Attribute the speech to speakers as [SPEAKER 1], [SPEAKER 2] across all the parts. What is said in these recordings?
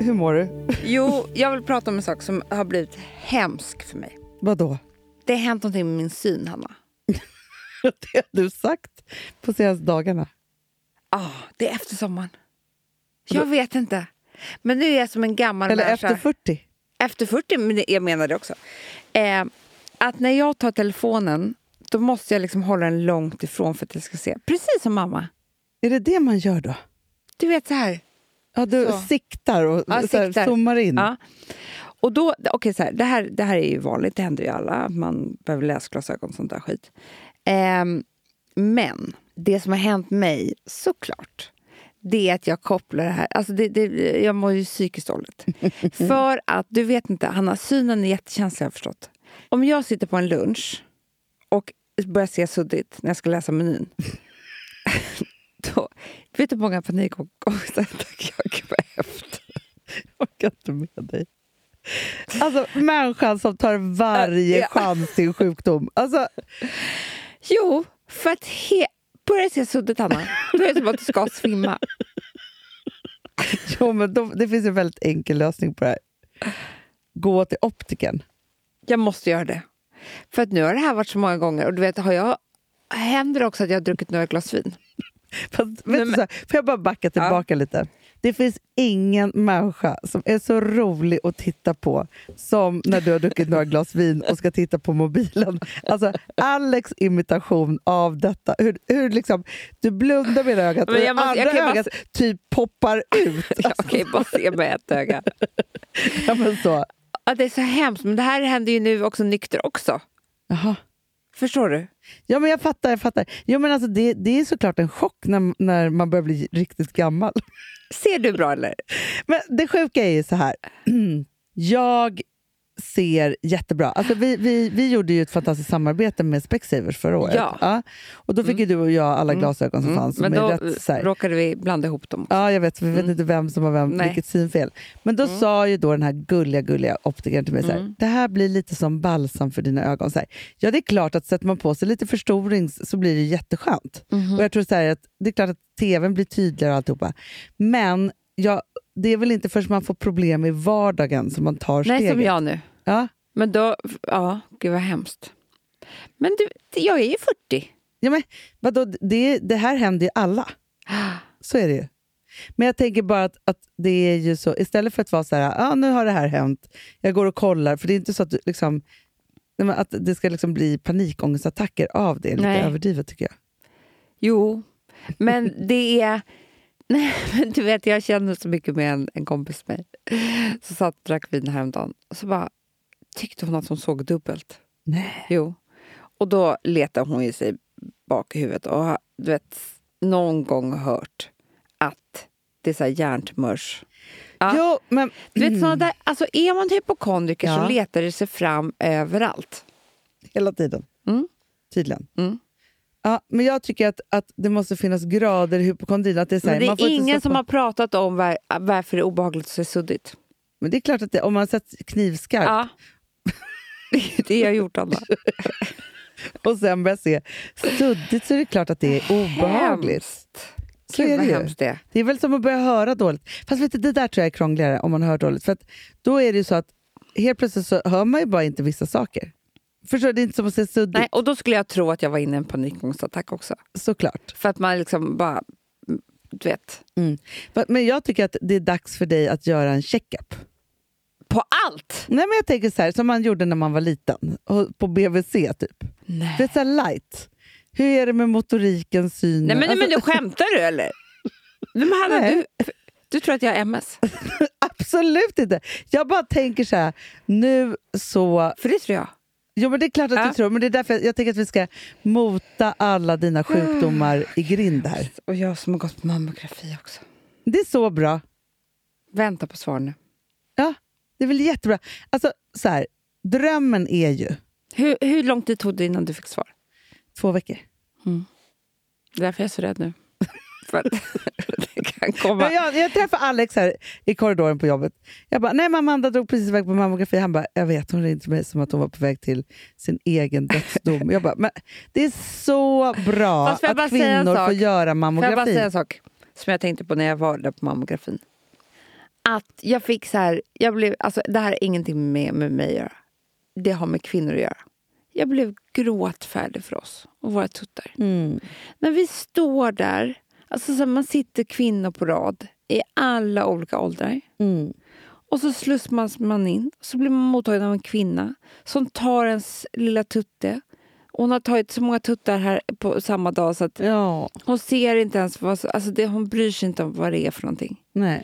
[SPEAKER 1] Hur mår du?
[SPEAKER 2] Jo, jag vill prata om en sak som har blivit hemsk för mig.
[SPEAKER 1] Vadå?
[SPEAKER 2] Det har hänt någonting med min syn, Hanna.
[SPEAKER 1] Det har du sagt på senaste dagarna.
[SPEAKER 2] Ja, det är efter sommaren. Jag vet inte. Men nu är jag som en gammal
[SPEAKER 1] Eller
[SPEAKER 2] människa.
[SPEAKER 1] efter 40.
[SPEAKER 2] efter 40, men det- jag menar det också. Eh, att när jag tar telefonen, då måste jag liksom hålla den långt ifrån för att jag ska se. Precis som mamma.
[SPEAKER 1] Är det det man gör då?
[SPEAKER 2] Du vet så här.
[SPEAKER 1] Ja, du
[SPEAKER 2] Så.
[SPEAKER 1] siktar och
[SPEAKER 2] Ja,
[SPEAKER 1] så här,
[SPEAKER 2] siktar.
[SPEAKER 1] zoomar in.
[SPEAKER 2] Ja. Och då, okej så här, det här, det här är ju vanligt, det händer ju alla, att man behöver läsglasögon och sånt där skit. Ehm, men det som har hänt mig, såklart, det är att jag kopplar det här, alltså det, det, jag mår ju psykiskt dåligt. För att, du vet inte, Hanna, synen är jättekänslig har jag förstått. Om jag sitter på en lunch och börjar se suddigt när jag ska läsa menyn, då, vet du hur många panikångestattacker jag kan få efter?
[SPEAKER 1] Jag orkar inte med dig. Alltså, människan som tar varje
[SPEAKER 2] Ja.
[SPEAKER 1] chans till sjukdom. Alltså,
[SPEAKER 2] Jo, för att he- börjar se suddigt Hanna, då är det som att du ska svimma.
[SPEAKER 1] jo, men de, det finns en väldigt enkel lösning på det här. Gå till optiken.
[SPEAKER 2] Jag måste göra det. För att nu har det här varit så många gånger och du vet, har jag, händer det också att jag har druckit några glas vin?
[SPEAKER 1] Fast, vet
[SPEAKER 2] Nej,
[SPEAKER 1] du
[SPEAKER 2] men-
[SPEAKER 1] så här, får jag bara backa tillbaka lite? Det finns ingen människa som är så rolig att titta på som när du har druckit några glas vin och ska titta på mobilen. Alltså, Alex imitation av detta. Hur, hur liksom, du blundar med ena ögat
[SPEAKER 2] Men
[SPEAKER 1] och det
[SPEAKER 2] jag måste- jag
[SPEAKER 1] andra
[SPEAKER 2] kan ju bara
[SPEAKER 1] ögat typ poppar ut.
[SPEAKER 2] Jag kan ju bara se med ett öga.
[SPEAKER 1] Ja, men så.
[SPEAKER 2] Ja, det är så hemskt, men det här händer ju nu också nykter också.
[SPEAKER 1] Jaha.
[SPEAKER 2] Förstår du?
[SPEAKER 1] Ja, men jag fattar. jag fattar. Jo, men alltså, det, det är såklart en chock när, när man börjar bli riktigt gammal.
[SPEAKER 2] Ser du bra eller?
[SPEAKER 1] Men det sjuka är ju så här. Jag ser jättebra. Alltså vi, vi, vi gjorde ju ett fantastiskt samarbete med Specsavers förra året.
[SPEAKER 2] Ja. Mm.
[SPEAKER 1] Och då fick ju du och jag alla glasögon som fanns. Alltså, Som
[SPEAKER 2] Men
[SPEAKER 1] är
[SPEAKER 2] då
[SPEAKER 1] rätt, så här.
[SPEAKER 2] råkade vi blanda ihop dem.
[SPEAKER 1] Ja, jag vet. Vi vet inte vem som har vem,
[SPEAKER 2] Mm. Nej. Mm.
[SPEAKER 1] vilket synfel. Men då sa ju då den här gulliga, gulliga optikern till mig så här, det här blir lite som balsam för dina ögon. Så här, ja, det är klart att sätter man på sig lite förstoring så blir det jätteskönt.
[SPEAKER 2] Mhm.
[SPEAKER 1] Och jag tror så här att det är klart att tvn blir tydligare och alltihopa. Men jag, det är väl inte förrän man får problem i vardagen som man tar steget.
[SPEAKER 2] Nej, som jag nu.
[SPEAKER 1] Ja.
[SPEAKER 2] Men då, ja, gud vad hemskt. Men du, jag är ju 40.
[SPEAKER 1] Ja, men, vadå, det, det här händer ju alla. Så är det ju. Men jag tänker bara att, att det är ju så, istället för att vara så här, ah, nu har det här hänt, jag går och kollar, för det är inte så att, du, liksom, nej, men att det ska liksom bli panikångestattacker av det, är lite
[SPEAKER 2] Nej.
[SPEAKER 1] överdrivet tycker jag.
[SPEAKER 2] Jo, men det är... Nej, men du vet, jag känner så mycket med en, en kompis med mig som satt och drack vin häromdagen. Och så bara tyckte hon att hon såg dubbelt.
[SPEAKER 1] Nej.
[SPEAKER 2] Jo. Och då letade hon ju sig bak i huvudet och har, du vet, någon gång hört att det är så här hjärntumörs... Ja.
[SPEAKER 1] Jo, men
[SPEAKER 2] Du vet, såna där, alltså är man hypokondriker
[SPEAKER 1] Ja.
[SPEAKER 2] så letar det sig fram överallt.
[SPEAKER 1] hela tiden.
[SPEAKER 2] Mm.
[SPEAKER 1] Tydligen.
[SPEAKER 2] Mm.
[SPEAKER 1] Ja, men jag tycker att, att det måste finnas grader i hypokondrin. Att det är så här,
[SPEAKER 2] Men det
[SPEAKER 1] man får
[SPEAKER 2] är
[SPEAKER 1] inte
[SPEAKER 2] ingen
[SPEAKER 1] stå
[SPEAKER 2] som
[SPEAKER 1] på-
[SPEAKER 2] har pratat om var, varför det är obehagligt att se suddigt.
[SPEAKER 1] Men det är klart att det, om man sätts knivskarpt
[SPEAKER 2] Ja. Det är det jag har gjort, Anna.
[SPEAKER 1] och sen börjar se suddigt så är det klart att det är obehagligt.
[SPEAKER 2] Hemskt.
[SPEAKER 1] Så är
[SPEAKER 2] Gud, vad
[SPEAKER 1] det ju.
[SPEAKER 2] hemskt det är.
[SPEAKER 1] Det är väl som att börja höra dåligt. Fast vet du, det där tror jag är krångligare om man hör dåligt. För att då är det ju så att helt plötsligt så hör man ju bara inte vissa saker. Förstår du? Det är inte som att se suddigt,
[SPEAKER 2] Nej, och då skulle jag tro att jag var inne i en panikångestattack också.
[SPEAKER 1] såklart.
[SPEAKER 2] För att man liksom bara... Du vet.
[SPEAKER 1] Va- Men jag tycker att det är dags för dig att göra en checkup.
[SPEAKER 2] På allt!
[SPEAKER 1] Nej men jag tänker så här, som man gjorde när man var liten. och- På BVC typ.
[SPEAKER 2] Nej.
[SPEAKER 1] Det är så här light. Hur är det med motoriken, synen?
[SPEAKER 2] Nej, men,
[SPEAKER 1] Alltså,
[SPEAKER 2] men nu skämtar du eller? Nej, men Hanna,
[SPEAKER 1] Nej.
[SPEAKER 2] du, du tror att jag har MS?
[SPEAKER 1] Absolut inte! Jag bara tänker så här, nu så
[SPEAKER 2] För det tror jag.
[SPEAKER 1] Jo, men det är klart att du
[SPEAKER 2] Ja.
[SPEAKER 1] tror. Men det är därför jag, jag tänker att vi ska mota alla dina sjukdomar i grind här.
[SPEAKER 2] Och jag som har gått på mammografi också.
[SPEAKER 1] Det är så bra.
[SPEAKER 2] Vänta på svar nu.
[SPEAKER 1] Ja, det är väl jättebra. Alltså, så här, drömmen är ju
[SPEAKER 2] Hur, hur lång tid tog det innan du fick svar?
[SPEAKER 1] två veckor.
[SPEAKER 2] Det är därför jag är så rädd nu. För att det kan komma...
[SPEAKER 1] Men jag, jag träffade Alex här i korridoren på jobbet. Jag bara, nej men Amanda drog precis iväg på mammografi. Han bara, jag vet, hon ringde till mig som att hon var på väg till sin egen dödsdom. Jag bara, men det är så bra
[SPEAKER 2] Fast får jag bara
[SPEAKER 1] att
[SPEAKER 2] säga en
[SPEAKER 1] kvinnor
[SPEAKER 2] sak?
[SPEAKER 1] får göra
[SPEAKER 2] Får jag bara
[SPEAKER 1] mammografi.
[SPEAKER 2] säga en sak som jag tänkte på när jag var där på mammografin? Att jag fick så här, jag blev, alltså det här har ingenting med, med mig att göra. Det har med kvinnor att göra. Jag blev gråtfärdig för oss och våra tuttar.
[SPEAKER 1] Mm.
[SPEAKER 2] När vi står där, alltså så här, man sitter kvinnor på rad i alla olika åldrar.
[SPEAKER 1] Mm.
[SPEAKER 2] Och så slussas man in, så blir man mottagen av en kvinna som tar ens lilla tutte. Hon har tagit så många tuttar här på samma dag så att
[SPEAKER 1] Ja,
[SPEAKER 2] hon ser inte ens vad som- alltså det, hon bryr sig inte om vad det är för någonting.
[SPEAKER 1] nej.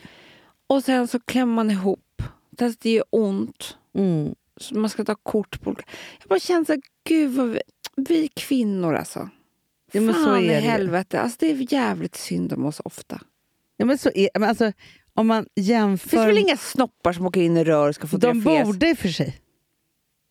[SPEAKER 2] Och sen så klämmer man ihop. Fast det gör ont.
[SPEAKER 1] Mm.
[SPEAKER 2] Så man ska ta kort på olika... Jag bara känner så här, gud vad vi, vi kvinnor alltså.
[SPEAKER 1] Ja, men så
[SPEAKER 2] Fan
[SPEAKER 1] är
[SPEAKER 2] i
[SPEAKER 1] det ju.
[SPEAKER 2] helvete. Alltså det är jävligt synd om oss ofta.
[SPEAKER 1] Ja, men så är, men alltså, om man
[SPEAKER 2] Det finns
[SPEAKER 1] jämför...
[SPEAKER 2] väl inga snoppar som åker in i rör och ska
[SPEAKER 1] de
[SPEAKER 2] fotograferas?
[SPEAKER 1] borde i och för sig.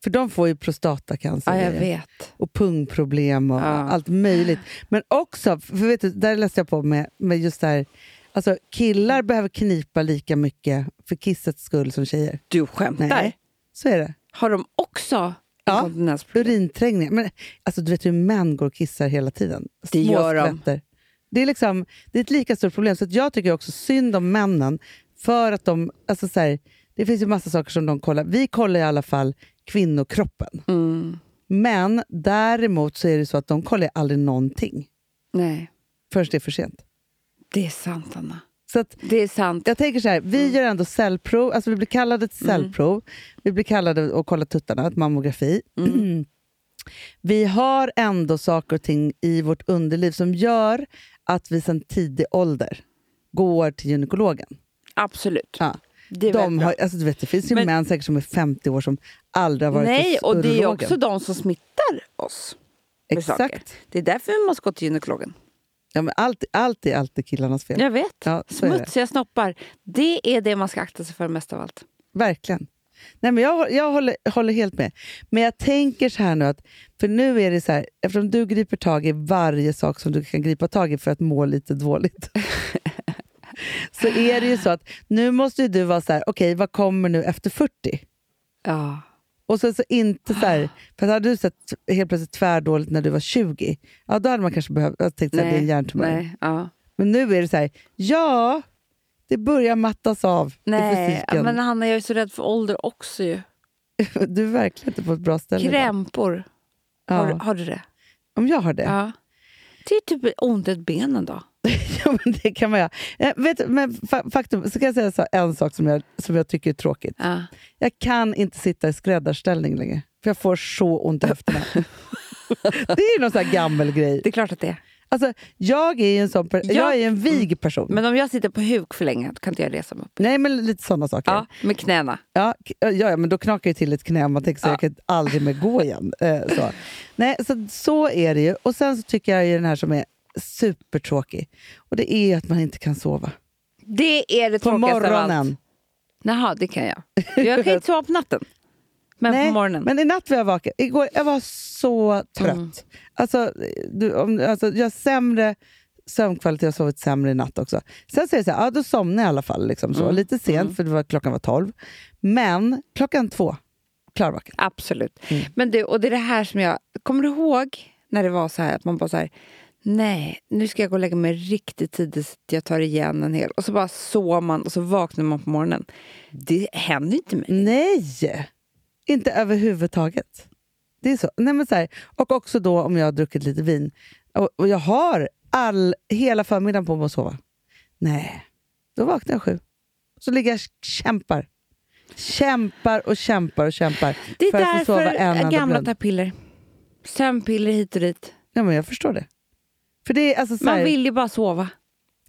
[SPEAKER 1] För de får ju prostatacancer.
[SPEAKER 2] Ja, jag
[SPEAKER 1] grejer.
[SPEAKER 2] vet.
[SPEAKER 1] och pungproblem och
[SPEAKER 2] Ja.
[SPEAKER 1] allt möjligt. Men också, för vet du, där läste jag på med, med just det här, alltså killar behöver knipa lika mycket för kissets skull som tjejer.
[SPEAKER 2] Du skämtar?
[SPEAKER 1] Så är det.
[SPEAKER 2] Har de också
[SPEAKER 1] Ja.
[SPEAKER 2] inkontinensproblem?
[SPEAKER 1] Urinträngningar. Men, alltså, du vet hur män går och kissar hela tiden.
[SPEAKER 2] Det gör de.
[SPEAKER 1] skvätter. Det är, liksom, det är ett lika stort problem. Så att jag tycker också synd om männen. För att de, alltså så här, det finns ju massa saker som de kollar. Vi kollar i alla fall kvinnokroppen.
[SPEAKER 2] Mm.
[SPEAKER 1] Men däremot så är det så att de kollar ju aldrig någonting.
[SPEAKER 2] Nej,
[SPEAKER 1] förrän det är för sent.
[SPEAKER 2] det är sant Anna.
[SPEAKER 1] Så att
[SPEAKER 2] Det är sant.
[SPEAKER 1] jag tänker så här, vi
[SPEAKER 2] Mm.
[SPEAKER 1] gör ändå cellprov, alltså vi blir kallade till cellprov, vi blir kallade och kolla tuttarna, ett mammografi.
[SPEAKER 2] Mm.
[SPEAKER 1] Vi har ändå saker och ting i vårt underliv som gör att vi sedan tidig ålder går till gynekologen.
[SPEAKER 2] Absolut.
[SPEAKER 1] Ja.
[SPEAKER 2] Det är väldigt
[SPEAKER 1] De
[SPEAKER 2] bra.
[SPEAKER 1] har, alltså du vet, det finns ju
[SPEAKER 2] Men-
[SPEAKER 1] män säkert som är 50 år som aldrig har varit
[SPEAKER 2] Nej,
[SPEAKER 1] hos
[SPEAKER 2] och det är
[SPEAKER 1] urologen.
[SPEAKER 2] också de som smittar oss. med saker.
[SPEAKER 1] Exakt.
[SPEAKER 2] Det är därför vi måste gå till gynekologen.
[SPEAKER 1] Ja, men allt, allt är alltid killarnas fel.
[SPEAKER 2] Jag vet.
[SPEAKER 1] Ja, så är det.
[SPEAKER 2] Smutsiga snoppar. Det är det man ska akta sig för mest av allt.
[SPEAKER 1] Verkligen. Nej, men jag jag håller, håller helt med. Men jag tänker så här nu att, för nu är det så här, eftersom du griper tag i varje sak som du kan gripa tag i för att må lite dåligt. så är det ju så att nu måste ju du vara så här, okej vad kommer nu efter 40?
[SPEAKER 2] Ja.
[SPEAKER 1] Och sen så inte så här, för att hade du sett helt plötsligt tvärdåligt när du var 20, ja då hade man kanske behövt, jag tänkte att det är en hjärntumör.
[SPEAKER 2] nej, ja.
[SPEAKER 1] Men nu är det så här, ja, det börjar mattas av i
[SPEAKER 2] nej.
[SPEAKER 1] fysiken.
[SPEAKER 2] men Hanna jag är så rädd för ålder också ju.
[SPEAKER 1] Du är verkligen inte på ett bra ställe. idag.
[SPEAKER 2] Krämpor.
[SPEAKER 1] Ja.
[SPEAKER 2] Har, du- har du det?
[SPEAKER 1] Om jag har det?
[SPEAKER 2] Ja. Det är typ ont i ett ben en dag.
[SPEAKER 1] Ja, men det kan man göra. Eh, vet, du, men fa- faktum, så kan jag säga så, en sak som jag, som jag tycker är tråkigt.
[SPEAKER 2] Ja.
[SPEAKER 1] Jag kan inte sitta i skräddarställning längre, för jag får så ont i höfterna. det är ju någon sån här gammal grej.
[SPEAKER 2] Det är klart att det är.
[SPEAKER 1] Alltså, jag är ju en, sån per-
[SPEAKER 2] Ja. Mm.
[SPEAKER 1] jag är ju en vig person.
[SPEAKER 2] Men om jag sitter på huk för länge kan inte jag resa mig upp.
[SPEAKER 1] Nej, men lite såna saker.
[SPEAKER 2] Ja, med knäna.
[SPEAKER 1] Ja, k- ja, ja, men då knakar ju till ett knä och man tänker så jag kan aldrig mer gå igen. Eh, så. Nej, så, så är det ju. Och sen så tycker jag ju den här som är supertråkig. Och det är ju att man inte kan sova.
[SPEAKER 2] Det är det
[SPEAKER 1] På
[SPEAKER 2] tråkigaste av allt.
[SPEAKER 1] morgonen.
[SPEAKER 2] Jaha, det kan jag. Jag kan inte sova på natten. Men på morgonen. Mm.
[SPEAKER 1] Men i natt var jag vaken. Igår, jag var så trött. Alltså, du, om, alltså, jag har sämre sömnkvalitet, jag har sovit sämre i natt också. Sen säger jag så här, ja, då somnade jag i alla fall. Liksom,
[SPEAKER 2] Mm,
[SPEAKER 1] så. Lite sent, för det var, klockan var tolv. Men klockan två, klarvaken.
[SPEAKER 2] Absolut.
[SPEAKER 1] Mm.
[SPEAKER 2] Men du, och det är det här som jag... Kommer du ihåg när det var så här att man bara så här... Nej, nu ska jag gå och lägga mig riktigt tidigt så att jag tar igen en hel. Och så bara sov man och så vaknar man på morgonen. Det händer ju inte mig.
[SPEAKER 1] Nej! Inte överhuvudtaget. Det är så. Nej, men så här, och också då om jag har druckit lite vin. Och, och jag har all, hela förmiddagen på mig att sova. Nej, då vaknar jag sju. Så ligger jag och kämpar. Kämpar och kämpar och kämpar.
[SPEAKER 2] Det är
[SPEAKER 1] för att få
[SPEAKER 2] därför
[SPEAKER 1] sova en enda
[SPEAKER 2] gamla
[SPEAKER 1] blund.
[SPEAKER 2] tar piller. Sömnpiller hit och dit.
[SPEAKER 1] Ja, men jag förstår det. För det, är, alltså, så
[SPEAKER 2] Man
[SPEAKER 1] här,
[SPEAKER 2] vill ju bara sova.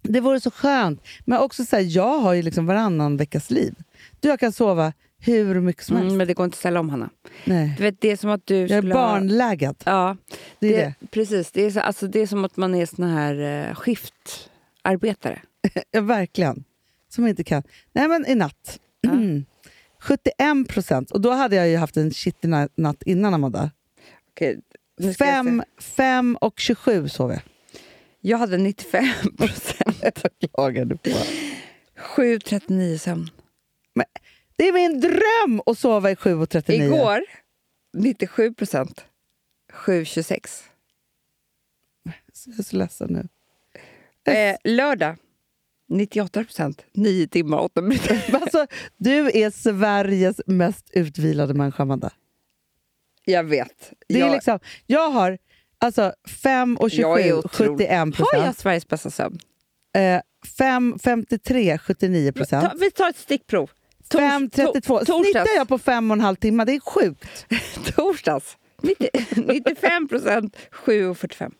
[SPEAKER 1] det vore så skönt. Men också så här, jag har ju liksom varannan veckas liv. Du, jag kan sova hur mycket som helst.
[SPEAKER 2] Mm, men det går inte att ställa om, Hanna.
[SPEAKER 1] Nej.
[SPEAKER 2] Du vet, det är som att du
[SPEAKER 1] Jag är
[SPEAKER 2] skulle ha...
[SPEAKER 1] barnlägad.
[SPEAKER 2] Ja,
[SPEAKER 1] Det är det.
[SPEAKER 2] Precis. Det är, så, alltså, det är som att man är sån här eh, skiftarbetare.
[SPEAKER 1] Ja, verkligen. Som inte kan. Nej, men i natt. 71 procent. Och då hade jag ju haft en shitty na- natt innan, Amanda.
[SPEAKER 2] Okej, nu ska jag se.
[SPEAKER 1] 5, 5 och 27 sov jag.
[SPEAKER 2] Jag hade 95 procent.
[SPEAKER 1] Klagade på.
[SPEAKER 2] 7.39 sömn.
[SPEAKER 1] Men, det är min dröm att sova i 7 och 39.
[SPEAKER 2] Igår 97 procent. 7.26.
[SPEAKER 1] Jag är så ledsen nu.
[SPEAKER 2] Eh, lördag 98 procent, 9 timmar och 8 minuter.
[SPEAKER 1] Alltså, du är Sveriges mest utvilade människa, Amanda.
[SPEAKER 2] Jag vet.
[SPEAKER 1] Det är
[SPEAKER 2] jag,
[SPEAKER 1] liksom, jag har alltså 5 och 27,
[SPEAKER 2] Jag är otrolig.
[SPEAKER 1] 71
[SPEAKER 2] har jag
[SPEAKER 1] procent.
[SPEAKER 2] Sveriges bästa sömn?
[SPEAKER 1] Eh, 5, 53, 79 procent.
[SPEAKER 2] Ta, vi tar ett stickprov. Tors-
[SPEAKER 1] 5, 32.
[SPEAKER 2] to- torsdags.
[SPEAKER 1] Snittar jag på fem och en halv timme? Det är sjukt.
[SPEAKER 2] Torsdags. 90, 95 procent, 7,45.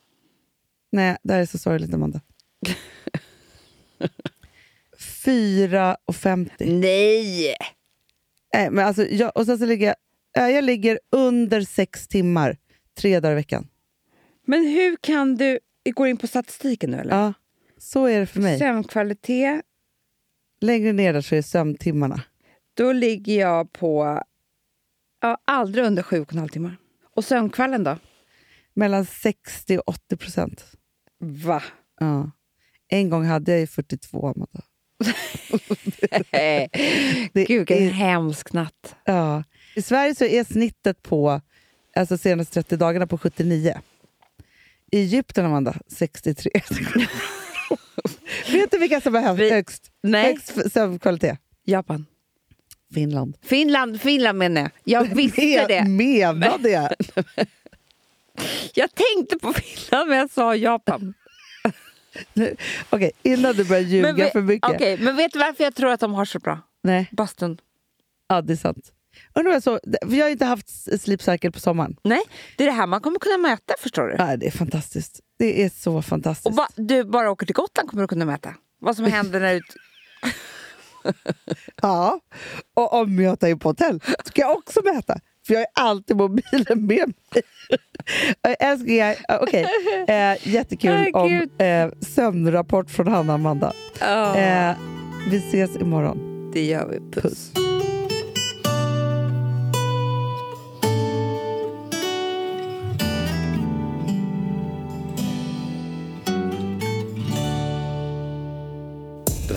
[SPEAKER 1] Nej, det här är så sorgligt, Amanda. 4,50.
[SPEAKER 2] Nej!
[SPEAKER 1] Nej, men alltså, jag, och sen så ligger jag, eh, jag ligger under sex timmar tre dagar i veckan.
[SPEAKER 2] Men hur kan du... Vi går in på statistiken nu, eller?
[SPEAKER 1] Ja, så är det för mig.
[SPEAKER 2] Sömnkvalitet,
[SPEAKER 1] Längre ner där så är sömntimmarna.
[SPEAKER 2] då ligger jag på... Ja, aldrig under 7,5 timmar. Och sömnkvällen då?
[SPEAKER 1] Mellan 60 och 80 procent.
[SPEAKER 2] Va?
[SPEAKER 1] Ja. En gång hade jag ju 42, Amanda. Det
[SPEAKER 2] Gud, vilken
[SPEAKER 1] är-
[SPEAKER 2] hemsk natt.
[SPEAKER 1] Ja. I Sverige så är snittet på alltså senaste 30 dagarna på 79. I Egypten, Amanda, 63. Vet du vilka som har haft
[SPEAKER 2] Vi-
[SPEAKER 1] högst,
[SPEAKER 2] Nej.
[SPEAKER 1] högst sömnkvalitet?
[SPEAKER 2] Japan.
[SPEAKER 1] Finland.
[SPEAKER 2] Finland, Finland menar jag. Jag visste
[SPEAKER 1] Jag
[SPEAKER 2] det.
[SPEAKER 1] menade jag.
[SPEAKER 2] Jag tänkte på Finland, men jag sa Japan.
[SPEAKER 1] Nu- Okej, innan du börjar ljuga
[SPEAKER 2] Men, ve-
[SPEAKER 1] för mycket.
[SPEAKER 2] okej, men vet du varför jag tror att de har så bra?
[SPEAKER 1] Nej,
[SPEAKER 2] Bastun.
[SPEAKER 1] ja, det är sant. Undrar jag, så, för jag har inte haft s- sleep cycle på sommaren.
[SPEAKER 2] Nej, det är det här man kommer kunna mäta, förstår du.
[SPEAKER 1] Nej, det är fantastiskt. Det är så fantastiskt.
[SPEAKER 2] Och ba, du bara åker till Gotland kommer du kunna mäta. Vad som händer när du...
[SPEAKER 1] Ja, och om jag tar in på hotell ska jag också mäta. För jag har ju alltid mobilen med mig. Eh, Älsklingar, eh, okej. Eh, jättekul
[SPEAKER 2] Åh,
[SPEAKER 1] om
[SPEAKER 2] Gud.
[SPEAKER 1] eh, sömnrapport från Hanna och Amanda.
[SPEAKER 2] Ja,
[SPEAKER 1] Eh, vi ses imorgon.
[SPEAKER 2] det gör vi. Puss.
[SPEAKER 3] Den